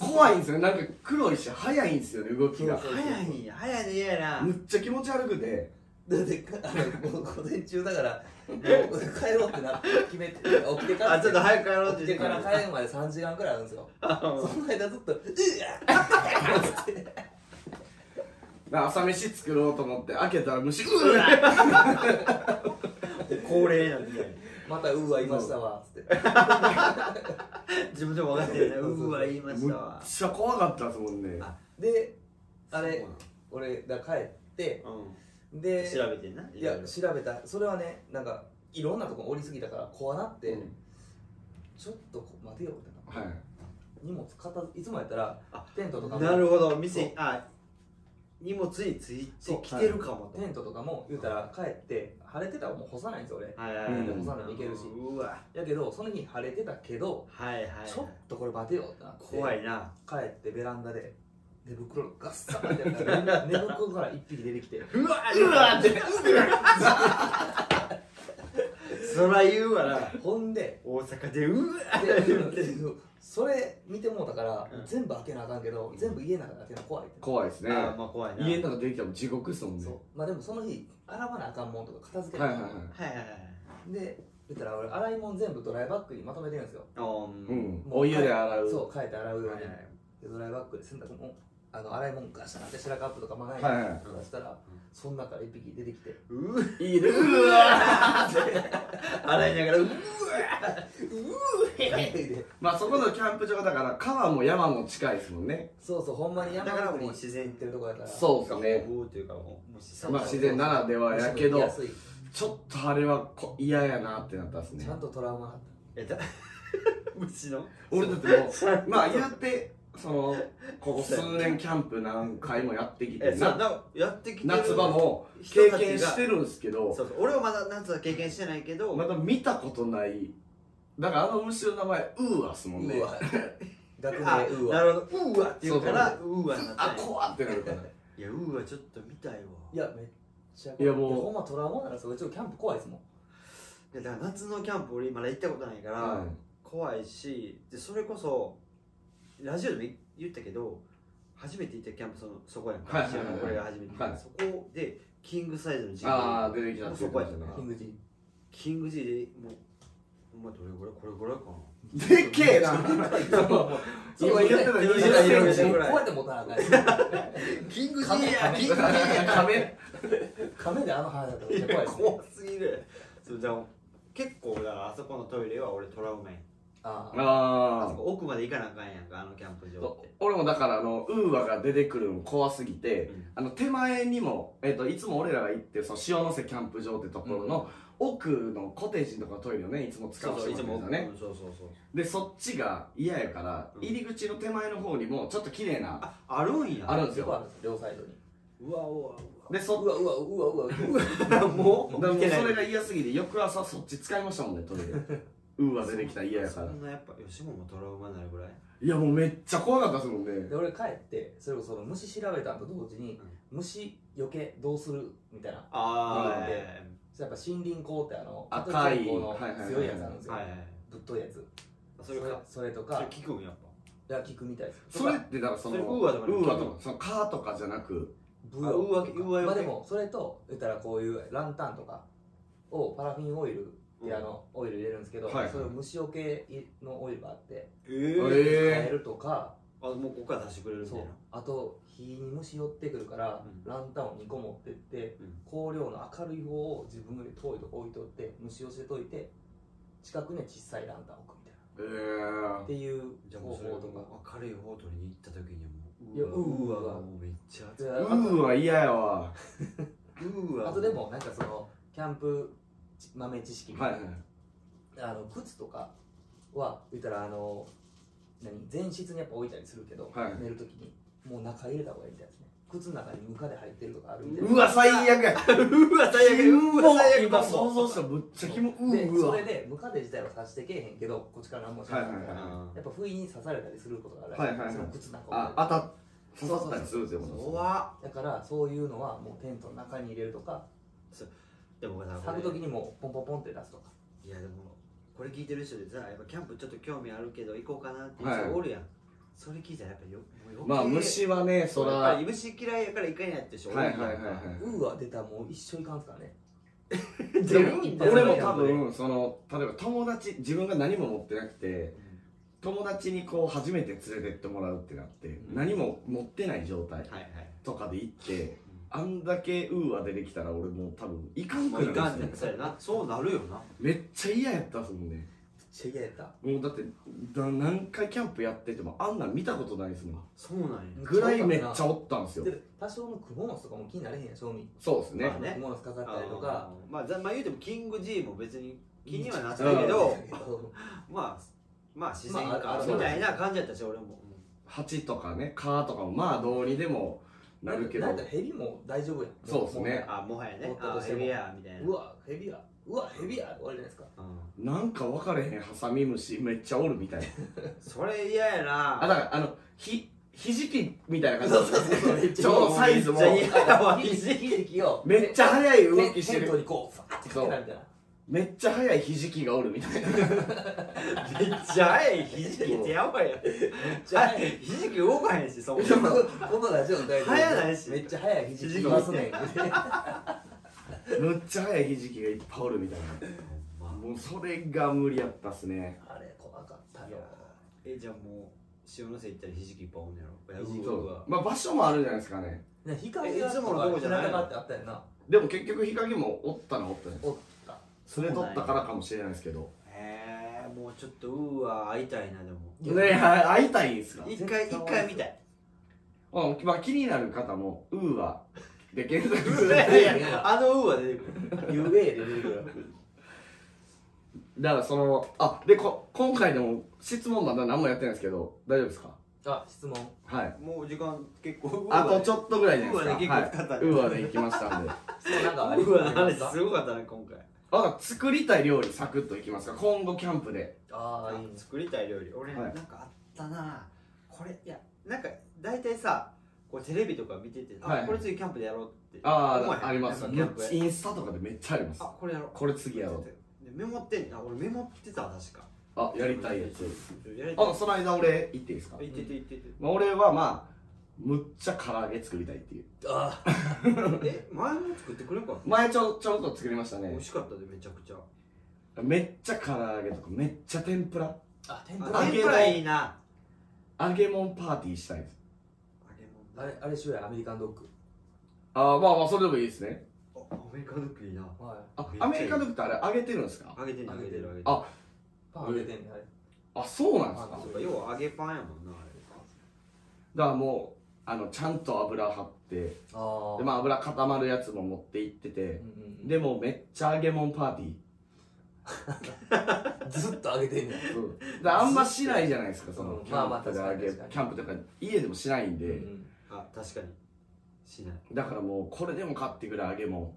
S1: 怖いんですよなんか黒いし早いんですよね動きが
S3: そう
S2: 早いんや早いの嫌やな
S1: むっちゃ気持ち悪くて
S3: だってかあのもう午前中だからもう帰ろうってなって決めて起きてから
S2: あちょっと早く帰ろうっ
S3: 起
S2: て
S3: きてから
S2: 帰
S3: 帰るまで3時間くらいあるんですよその間ずっと「うっ!」って
S1: な朝飯作ろうと思って開けたら虫「うわ!」
S2: って恒例なんで
S3: 「またうーわいましたわ」っつって
S2: 自分でも分かってるね
S3: そうそうそう
S2: うわ言いまし
S1: む
S2: た
S1: っ
S2: わ
S1: ちゃ怖かったですもんね
S2: あ
S3: であれ俺が帰って
S2: うん
S3: で
S2: 調べてんない
S3: いや
S2: ろろ
S3: 調べたそれはねなんかいろんなとこ降りすぎたから怖なって、
S1: うん
S3: ちょっとこ待てよみたいな
S1: はい
S3: 荷物片付いつもやったら
S2: あ
S3: テントとかも
S2: なるほど店
S3: そう
S2: あ荷物について
S3: そう
S2: きてるかもと
S3: テントとかも言うたら帰って晴れてたらもう干さないんですよ俺
S2: はいはい
S1: うん
S2: でも
S3: そうなのいけるし
S2: うわ
S3: やけどその日晴れてたけど
S2: はいはいはい
S3: ちょっとこれ待てよってなって
S2: 怖いな
S3: 帰ってベランダで寝袋ガッサーってやったら寝袋から一匹出てきて
S2: うわうわってそら言うわな
S3: ほんで
S2: 大阪でうわ
S3: で
S2: って言って
S3: それ見てもうたから、
S2: うん
S3: 全部開けなあかんけど全部家の中で開けな怖いって、
S1: 怖いですね
S2: あーまあ怖いな
S1: 家の中できたら地獄っすもんね
S3: そうまあでもその日洗わなあかんもんとか片付け
S1: は
S3: ないあ
S1: は
S3: か
S1: い
S3: ん
S1: はい
S2: はいはいはい
S3: で言ったら俺洗い物全部ドライバッグにまとめてるんですよ
S2: あーうん
S1: うん
S3: もう
S1: お湯で洗う
S3: そう帰って洗うように、
S2: はいはい
S3: でドライバッグで洗濯もあの洗い物ガシャンって白カップとかまない
S1: はいはい
S3: とかしたら、その中から一匹出てきて
S2: うわ
S1: いいねうわ
S2: 洗いながらうわ
S3: で
S1: まあそこのキャンプ場だから川も山も近いですもんね
S3: そうそうほんまに
S2: だ
S3: 山
S2: から
S3: 奥
S2: もう
S3: に
S2: 自然っ
S3: 行って
S2: て
S3: るとこやから
S1: そうですね
S2: うというかもうもう自然
S1: まあ自然ならではやけど
S3: 安い
S1: ちょっとあれはこ嫌やなってなったんですね
S3: ちゃんとトラウマだ
S2: え
S3: った
S2: だ 虫の
S1: 俺だってもうまあ言ってそのここ数年キャンプ何回もやってきて
S2: えそう
S1: な
S2: なやってきてる
S1: 夏場も経験してるんですけど
S2: そうそう俺はまだ夏は経験してないけど、
S1: まだ見たことないだからあの虫の名前ウーアっすもんね
S3: う わ学名
S2: あ
S3: う
S2: な
S3: わ
S2: るほどうーわって言うからうーわになったん
S1: あ
S2: や
S1: 怖ってなるから
S2: いやうーわちょっと見たいわ
S3: いやめっちゃ怖
S1: いやもう
S3: ほんまトラウマなんですようちのキャンプ怖いですもん
S2: いやだから夏のキャンプ俺まだ行ったことないから、怖いしでそれこそラジオでも言言ったけど初めて行ったキャンプそのそこやんか、
S1: はいはいはいはい
S2: これが初めて、
S1: はい
S2: そこでキングサイズのジム
S1: ああ出てきたって
S2: そ
S1: 言
S2: こ
S1: っ
S2: や
S1: て
S2: ったな
S3: キングジ
S2: キング G でもうお前どれぐらいこれぐらいかな
S1: でっけえな 今言ってた
S2: いやいやいや
S3: ー
S1: 20
S2: いや
S1: センチ
S3: こうやって持たなあかんや
S2: キング G
S3: 亀
S2: やキング G や
S1: カメ
S3: 亀であの話だったらめっちゃ怖いですね
S2: 怖すぎるそうじゃあ結構だからあそこのトイレは俺トラウマやん
S3: あー
S2: あそ
S1: あ
S2: こ奥まで行かなあかんやんかあのキャンプ場って
S1: 俺もだからあのウーアが出てくるの怖すぎてあの手前にも、えっといつも俺らが行ってるその塩の瀬キャンプ場ってところの、奥のコテージのとかのトイレをねいつも使
S2: そうう
S1: し
S2: そう
S1: て
S2: いつも
S1: もらってるん
S2: 奥
S1: ですよね
S2: うんそうそうそう
S1: でそっちが嫌やから、
S2: うん
S1: 入り口の手前の方にもちょっと綺麗な
S2: ああるんや
S1: あるん
S3: うん
S1: です
S3: そこあ
S1: よ
S3: るんですよ両サイドに
S2: うわうわ
S1: で
S3: う
S1: そ
S3: わうわうわうわう
S2: う
S3: わ
S2: わ も
S1: だから
S2: う
S1: も
S2: 見
S1: う
S2: てない
S1: それが嫌すぎて翌朝そっち使いましたもんねトイ レウーア出てきたら嫌やから
S2: そんなやっぱ吉本もトラウマになるぐらい
S1: いやもうめっちゃ怖かったですもんね
S3: で俺帰ってそれこそその虫調べたのと同時に、虫よけどうするみたいな
S2: あ
S3: ー
S2: あ
S3: やっぱ森林鋼ってあの
S1: 赤い
S3: カトリック
S1: はいはい
S3: の
S1: はい
S3: 強いやつあるんですよ、
S2: はいはいはい
S3: ぶっといやつ
S2: それか
S3: それと
S2: それ
S3: か
S2: 聞くんやっぱ
S3: いや聞くみたいです
S1: それってだからその
S2: それ
S1: ウ
S2: ウ
S1: ー
S2: ー
S1: ア
S2: ア
S1: と
S2: と
S1: か
S2: かに
S1: そのカーとかじゃなく
S3: ブ
S2: あ
S3: ヨ
S2: うわうわよけ
S3: まあでもそれと言ったらこういうランタンとかをパラフィンオイルってあのオイル入れるんですけど、
S1: はいはい
S3: それを虫除けのオイルがあって
S2: え
S1: え
S2: ー
S1: ー
S3: 使えるとか、
S2: あもうここから出してくれるみた
S3: そ
S2: いうな
S3: あと火に虫寄ってくるから、
S2: うん
S3: ランタンを2個持ってって
S2: うん
S3: 光量の明るい方を自分より遠いとこ置いとって虫寄せといて近くには小さいランタン置くみたいな
S1: えー
S3: っていう
S2: じゃあも
S3: 方
S2: うそれ
S3: 法
S2: も
S3: とか
S2: 明るい方取りに行った時にはもう
S3: いや
S2: うわ
S3: うわが
S2: もうめっちゃ熱
S3: で
S2: い
S1: ウーア嫌やわ
S2: うわ
S3: あとでもなんかそのキャンプ豆知識みた
S1: はいい
S3: な
S1: はい
S3: あの靴とかは言ったらあの何前室にやっぱ置いたりするけど、
S1: はい
S3: 寝るときにもう中入れた方がいいみたいですね靴の中にムカデ入ってるとかあるみたいな
S1: うわ最悪や
S2: うわ 最悪うわ最悪
S1: 今想像したらむっちゃキモう
S3: で
S1: ー
S3: そ
S1: わ
S3: れでムカデ自体は刺してけえへんけどこっちから何もしないから、
S1: はいはいは
S3: やっぱ不意に刺されたりすることがある、
S1: はいはいはい
S3: その靴の中を
S1: あ当たっ刺さったりするんですよ
S2: 怖っ
S3: だからそういうのはもうテントの中に入れるとか
S2: でもさ
S3: 履く
S2: こ
S3: 時にもうポンポンポンって出すとか
S2: れいやでもこれ聞いてる人でさやっぱキャンプちょっと興味あるけど行こうかなっていう
S1: はい
S2: 人おるやん、それ聞いたらやっぱよもう余計
S1: まあ虫はねそ
S2: そ
S1: ら
S2: ら
S1: はい
S2: 虫嫌いやから行かんやってしょ
S1: はいはいは
S3: うーは出たらもう一生いかんすから ね
S2: い
S1: い
S2: で
S1: で
S2: も
S1: 俺も多分その例えば友達自分が何も持ってなくて友達にこう初めて連れてってもらうってなって、
S2: うん
S1: 何も持ってない状態
S2: はいはい
S1: とかで行ってあんだけウーは出てきたら俺もう多分いかん
S2: も
S1: く
S2: うい
S1: な
S2: か
S1: る
S2: ん
S1: ん
S2: ね
S1: です
S2: そ
S1: よ
S2: れなそうなるよな
S1: めっちゃ嫌やったっすもんね
S3: めっちゃ嫌やった
S1: もうだってだ何回キャンプやっててもあんなん見たことないですもん
S2: そうなんや
S1: ぐらいめっちゃおったんですよ
S3: で多少のクモの巣とかも気になれへんやん正味
S1: そうですね
S2: まあね
S3: クモの巣かかったりとか
S2: あーまあざまあ言うてもキング G も別に気にはなったけどまあまあ自然
S3: まああ
S2: か
S3: る
S2: みたいな感じやったし俺も
S1: 蜂とかね蚊とかもまあどうにでもなるけど
S3: なんかヘビも大丈夫やん
S1: そうっすね
S2: あもはや
S3: お
S2: ね
S3: った
S2: あ
S3: として
S2: ヘ
S3: も
S2: ビやみたいな
S3: うわヘビやうわヘビやって終わりじゃないですか
S2: うん
S1: なんか分かれへんハサミムシめっちゃおるみたいな
S2: それ嫌やな
S1: あだからあのひひじきみたいな
S3: そ
S1: 感
S3: うそうそうそう
S1: じでちょうどサイズも
S2: めっちゃ嫌や わ
S3: ひじひじきを
S1: めっちゃ速い動
S3: テ
S1: きして
S3: テント
S1: る
S3: にこうファーってかけたみたいな
S1: めっちゃ速いひじきがおるみたいな
S2: めっちゃ早いひじきってやばいやん
S3: めっちゃ速い
S2: ひじき動かへんしそも
S3: ち
S2: そ
S3: ょっ
S2: も
S3: とこのラジオの大
S2: 早ないし
S3: めっちゃ速いひじきいますね
S1: むっちゃ速いひじきがいっぱいおるみたいな
S2: まあ
S1: もうそれが無理やったっすね
S3: あれ怖かった
S2: い
S3: よ
S2: やえじゃあもう潮の瀬行ったらひじきいっぱいおんねやろ
S3: ひじき
S1: そ
S2: 僕
S1: う
S2: は
S1: まあ場所もあるじゃないですかね
S3: ね日陰
S2: えいつものとこじゃないの
S3: 日向ってあったやんな
S1: でも結局日陰もおったのおったね
S3: おった
S1: 連れとったからかもしれないですけど
S2: へえもうちょっとうーわ会いたいなでも
S1: ねは会いたいんですか
S2: 一回一回見たい
S1: あまあ気になる方もウーアで検索す
S2: い
S1: る
S2: やいやあのうーは出てくる
S3: UA で出てくる
S1: だからそのあでこ今回でも質問まだ何もやってないんですけど大丈夫ですか
S3: あ質問
S1: はい
S2: もう時間結構
S1: あとちょっとぐらいじゃないです
S2: ウー
S1: か
S2: アで結構使った
S1: はい、ウーアで行きましたんで
S3: 質問なんかあり
S2: うわあれ
S3: ますか
S2: すごかったね今回
S1: あ作りたい料理サクッといきますか今後キャンプで
S3: ああいいね
S2: 作りたい料理俺
S1: は
S2: ないんかあったなこれいやなんか大体さこうテレビとか見てて
S1: は
S2: あ
S1: い
S2: これ次キャンプでやろうって思わ
S1: あ
S2: へん
S1: ああります
S2: やっぱ
S1: め
S2: キ
S1: っ
S2: ャンプ
S1: ちゃ
S2: で
S1: インスタとかでめっちゃあります
S2: あこれやろう
S1: これ次やろう
S2: でメモってんねんあ俺メモってた確か
S1: あやりたいやつ
S2: やりたい
S1: あその間俺行っていいですか
S2: あ、いってていってて
S1: まあ、俺はまあむっちゃ唐揚げ作りたいっていう
S3: あ
S2: え前も作ってくれんかった
S1: 前ちょちょろっと作りました
S2: 美
S1: ね
S2: 味しかったでめちゃくちゃ
S1: めっちゃ唐揚げとかめっちゃ天ぷら
S3: あ天ぷ
S1: あ
S3: ら
S2: 天ぷらいいな
S1: 揚げもんパーティーしたいです
S2: あれも
S3: あれあれしようやアメリカンドッグ
S1: ああまあまあそれでもいいですね
S2: あアメリカドッグいいな
S3: は
S1: あアメリカドッグってあれ揚げてるんですか
S2: 揚げてる揚げてる揚げてる
S1: あ
S3: い。パンあげてんね、あれ。
S1: あそうなんですか
S3: あ
S2: そうか要は揚げパンやもんなあれ
S1: だからもうあのちゃんと油張って
S3: あ
S1: でまあ油固まるやつも持って行って
S3: あ
S1: て
S3: うんうんうん、
S1: でもめっちゃ揚げもんパーティー
S3: ずっとあげてんねん。
S1: うんだからあんましないじゃないですかそのキ
S3: まあま
S1: ャ
S3: あ
S1: ンプで揚げ
S3: 確かに
S1: キャンプとか家でもしないんで、
S3: うん
S2: あ確かにしない
S1: だからもうこれでも買ってくれ揚げも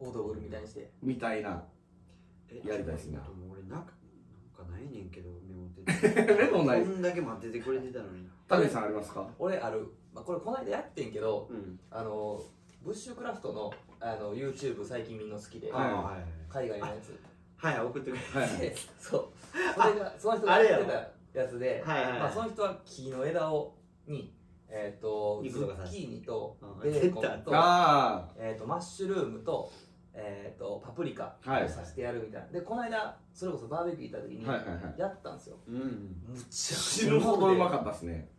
S1: ん
S3: オードブルみたいにして。
S1: みたいな
S2: え
S1: やりたいっすね
S2: でも俺なんかなんかないねんけどメモってて
S1: メモない
S2: こんだけ待っててくれてたのに
S1: タネさんありますか
S3: 俺ある、まあ、これこの間やってんけど、
S2: うん
S3: あの、ブッシュクラフトのあの YouTube 最近みんな好きで、
S2: あ
S1: はい
S2: はい
S3: 海外のやつ。
S2: はいはい送ってくれ
S1: はい
S3: でそう。それが、その人が
S2: あれ
S3: や
S2: や
S3: っ
S2: ろ
S3: てたやつで、
S2: はいはいはい
S3: まあ、その人は木の枝を、に、えっ、と、ズ
S2: 肉とか
S3: ッ
S2: さ
S3: キーニと
S2: うん、
S3: ベー
S2: 絶
S3: コ
S2: 対あ
S3: ン
S2: っ
S3: と、
S1: あ
S3: えー、とマッシュルームと,、えー、とパプリカを
S1: はい
S3: さしてやるみたいな、でこの間それこそバーベキュー行った時
S1: あ
S3: に
S1: はいはいはい
S3: やったんですよ、
S2: うん
S3: むちゃくちゃ
S1: 死ぬほどうま
S3: っ
S1: かったですね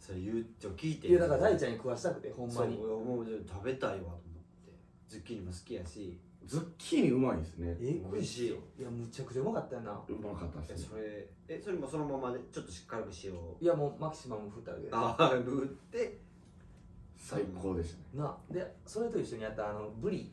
S2: それ言うちょ聞いて
S3: いやだから大
S2: ち
S3: ちゃんに食わしたくてほんまに
S2: もう食べたいわと思ってズッキーニも好きやし
S1: ズッキーニうまいですね
S3: えぐ
S2: 美
S3: い
S2: 味しい
S3: し
S2: よ
S3: いやむちゃくちゃうまかったよな
S1: うまかったで
S2: え
S1: すね
S2: それえそれもそのままでちょっとしっかりしよう
S3: いやもうマキシマム振ったわけ
S2: ああぶって
S1: 最高でしたね
S3: なでそれと一緒にやったあのブリ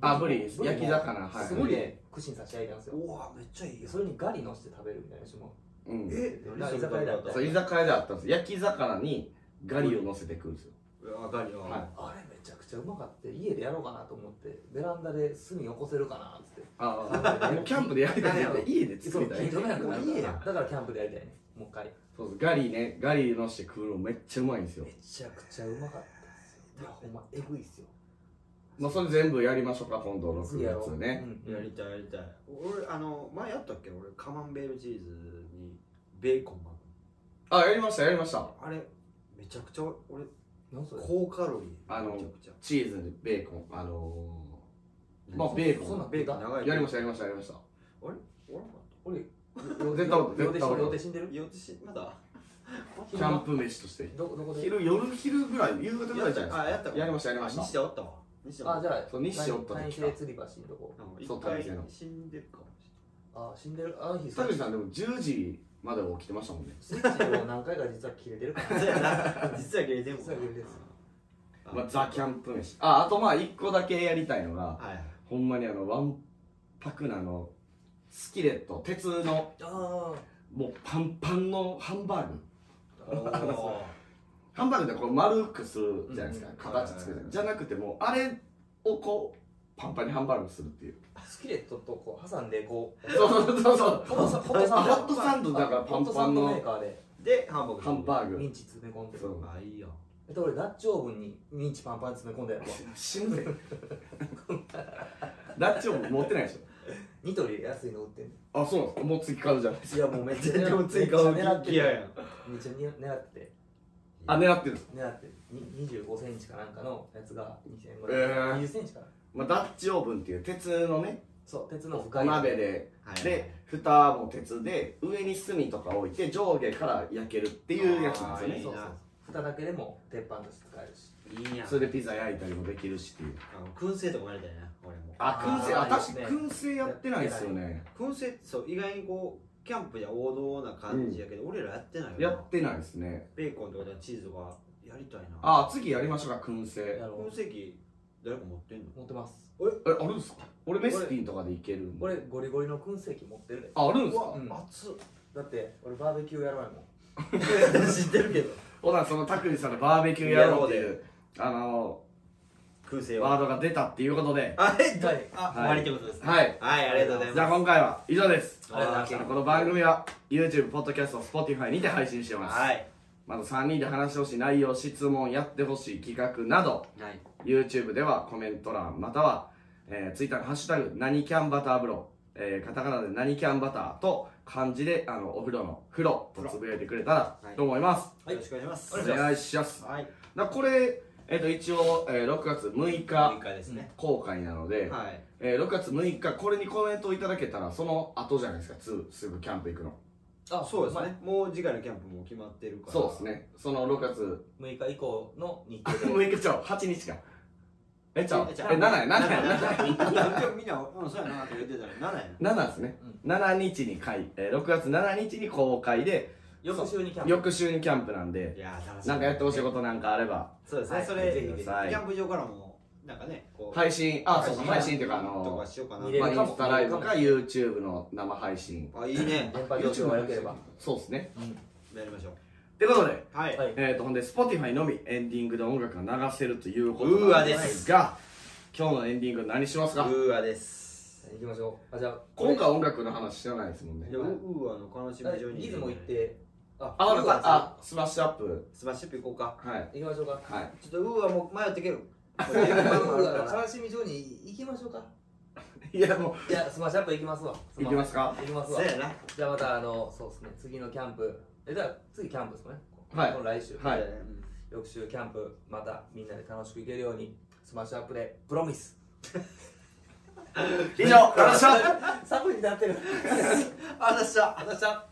S1: あブリ
S3: も
S1: 焼き魚はい
S3: すごいね串に刺し上げたんですよ
S2: うわめっちゃいい
S3: で
S2: や
S3: それにガリのして食べるみたいな人も
S1: うん
S2: え
S3: な居酒屋であった
S1: そう居酒屋であったんです焼き魚にガリを乗せてくるんですよ
S2: わかるよ
S1: はい
S3: あれめちゃくちゃうまかって家でやろうかなと思ってベランダで炭起こせるかなっつって
S1: ああキャンプで焼いたんじゃなくて家で作
S3: そう
S1: りたい
S3: 近所迷惑になる
S2: いい
S3: か
S2: や
S3: らだからキャンプでやりたいねもう一回
S1: そうですガリねガリのして食うのめっちゃうまいんですよ
S3: めちゃくちゃうまかったですよいやほんまえぐいっすよ
S1: まあそれ全部やりましょうか今度6
S3: 次やろう
S1: 月ね
S3: うん
S2: やりたいやりたい俺あの前やったっけ俺カマンベールチーズにベーコン巻
S1: あやりましたやりました
S2: くあれめちゃくちゃ俺
S3: なんそれ
S2: 高カロリー
S1: あの
S2: めちゃくちゃ
S1: チーズにベーコンあのまあ
S2: 何
S1: ベーコン
S3: そんなん
S2: ベーコン
S3: 長い
S2: 長
S1: ー
S2: い
S1: やりましたたやりましたやりました
S3: 俺
S1: 絶対俺
S3: 両手
S1: 絶対俺
S3: 両手死んでる
S2: よってしまだ
S1: キャンプ飯として
S3: どどこで
S1: 昼夜昼ぐらい夕方ぐらいじゃない
S2: あやった
S1: ですかやりましたやりまし
S2: あ西
S1: た
S2: 田おったわ西田お
S3: あ
S2: った
S3: じゃあ
S1: そう日誌おった時
S3: 大
S1: か
S3: 西釣り橋のとこ
S2: うん
S1: そう
S2: 一回
S1: 谷瀬の
S2: 死んでるかもし
S3: あ死んでるあの日
S1: 田口さん
S3: ん
S1: でも10時までは起きてましたもんね
S3: スイッチを何回か実は切れてるか
S2: れ
S3: ら
S2: ない実はゲレでも
S3: 実はゲレです
S2: あ
S1: まあ、ザ・キャンプ飯ああとまあ1個だけやりたいのが
S2: はいはい
S1: ほんまにあのワンパクなあのスキレット鉄の
S3: あ
S1: もうパンパンのハンバーグ
S3: あー
S2: お
S1: ハンバーグってこう丸くするじゃないですか、
S3: うん
S1: 形作るじゃなくてもうあれをこうパンパンにハンバーグするっていう
S3: スキレットとこう挟んでこう
S1: そうそうそうそう
S3: ホットサンホッ
S1: あ
S3: トサンド
S1: ホットサンドだからパン
S3: ホット
S1: パ
S3: サ
S1: ン
S3: ンドメ
S1: の
S3: ーカーで
S2: ーでハンバーグ
S1: ハンバー
S3: ミ
S1: グ
S3: ンチ詰め込んで
S1: そう
S2: あいいよ
S3: えっと俺ダッチオーブンにミンチパンパンに詰め込んだやろ
S1: 死ぬぜラッチオも持ってないでし
S3: ニトリで安いの売ってんね
S1: ょあそうなんですかもう次買うじゃないです
S3: いやもうめっちゃ
S2: 全然追加
S3: めっちゃ狙って
S2: いやいや
S3: めっちゃに狙ってて
S1: かあ狙ってるんです
S3: 狙ってに25センチかなんかのやつが2000
S1: えー
S3: 20センチかな
S1: まあ、ダッチオーブンっていう鉄のね
S3: そう鉄の深
S1: お
S3: い
S1: 鍋で
S2: はい
S1: で蓋も鉄で上に炭とか置いて上下から焼けるっていうやつなんです
S2: いい
S1: よ
S2: な
S1: ね
S3: 蓋だけでも鉄板として使えるし
S2: いいやん
S1: それでピザ焼いたりもできるしっていう
S2: あの燻製とかもやりたいな俺も
S1: あ燻製
S3: あー
S1: 私
S3: いいですね
S1: 燻製やってないですよね
S2: 燻製ってそう意外にこうキャンプや王道な感じやけど、俺らやってないよな
S1: やってないですね
S2: ベーコンとかチーズとかやりたいな
S1: あー次やりましょうか燻製
S3: やろ
S2: 燻製器誰か持ってんの
S3: う持ってます
S1: えあるんですか俺メスティンとかでいけるんで
S3: 俺ゴリゴリの燻製機持ってるで
S1: ああるんです
S2: うわ
S1: か、
S3: うん
S2: 熱っ
S3: だって俺バーベキューやらないもん
S2: 知ってるけど
S1: ほなその拓司さんのバーベキューやろうっていうあの
S2: 燻製
S1: ワ
S2: は
S1: ードが出たっていうことで
S2: あえっと
S3: はい
S2: あ
S1: はい
S2: 終わりってことですね
S1: はい
S2: はいありがとうござい
S1: じゃあ
S2: ま
S1: 今回は以上です
S2: ありがとうございました
S1: この番組は YouTube、Podcast、Spotify にて配信してます
S2: すはい
S1: まず3人で話してほしい内容、質問、やってほしい企画など、
S2: はい
S1: YouTube ではコメント欄、または、えー、Twitter のハッシュタグ、何キャンバター風呂、えー、カタカナで何キャンバターと漢字であのお風呂の風呂とつぶやいてくれたら
S2: はい
S1: と思います。
S2: よろしくお願いします
S1: お願いします。
S2: はい
S1: だこれ、えっ、と、一応、えー、6月6
S2: 6
S1: 日
S2: 日ですね
S1: 公開なので、
S2: はい
S1: えー、6月6日、これにコメントをいただけたら、その後じゃないですか、すぐすぐキャンプ行くの。
S3: あ
S2: そうですねもう次回のキャンプも決まってるか ら
S1: そうですね。その6月
S3: 6日以降の日程で
S1: 6日ちゃう、8日か。えちゃう
S2: え
S1: え
S2: ちゃう
S1: 7や7や
S2: でもみんな、うん、そうやなって言ってたら、7や
S1: 7ですね、7日に開、えー6月7日に公開で
S3: 翌週にキャンプ
S1: 翌週にキャンプなんで
S2: いやー、楽しみ
S1: なんかやってほしいことなんかあれば
S2: そうですね、
S3: はい
S2: それ、
S3: ぜひ
S1: ぜひ
S2: キャンプ場からも、なんかね、こう、
S1: 配信あそうそう
S3: 配
S1: 配
S3: 信
S1: 信っていうかあ
S2: とか
S1: の
S2: しようかな。
S3: 見れ
S1: まあ
S3: る
S1: イ
S3: か
S1: ン
S3: も
S1: スタライブか YouTube の生配信
S2: あ、いいね。
S3: 電波状況が良ければ
S1: そうですね
S2: やりましょう。
S1: ってことで
S2: はい。
S3: はい
S1: えー、とほんで Spotify のみエンディングで音楽が流せるということ
S2: うー
S1: な
S2: わ
S1: ん
S2: で
S1: です
S2: す
S1: が今日のエンディング何します
S2: う
S1: か
S2: ーわです。
S3: 行きましょうあじゃあ
S1: 今回音楽の話知らないですもんね
S2: でも、うーわの悲しみ上に。
S3: リズム行ってあ
S1: あ
S3: 行
S1: あ
S3: くわ
S1: あスマッシュアップ
S2: スマッシュアップ行こうか。
S1: はい
S3: 行きましょうか
S1: はい
S2: ちょっとうーわもう迷ってける。こ
S3: う
S2: れ
S3: ーわ悲しみ上に行きましょうか
S1: いやも
S3: いやスマッシュアップ行きますわ
S1: ういきますか
S3: 行きます
S2: そ
S3: わ
S2: うやな。
S3: じゃあまたあのそうですね次のキャンプえじゃあ次キャンプですかね
S1: はい
S3: この来週
S1: はい
S2: そうやねうん
S3: 翌週キャンプまたみんなで楽しく行けるようにスマッシュアップでプロミス
S1: 以上よろしく
S3: 寒いになってる
S2: あ、出した。
S3: 私は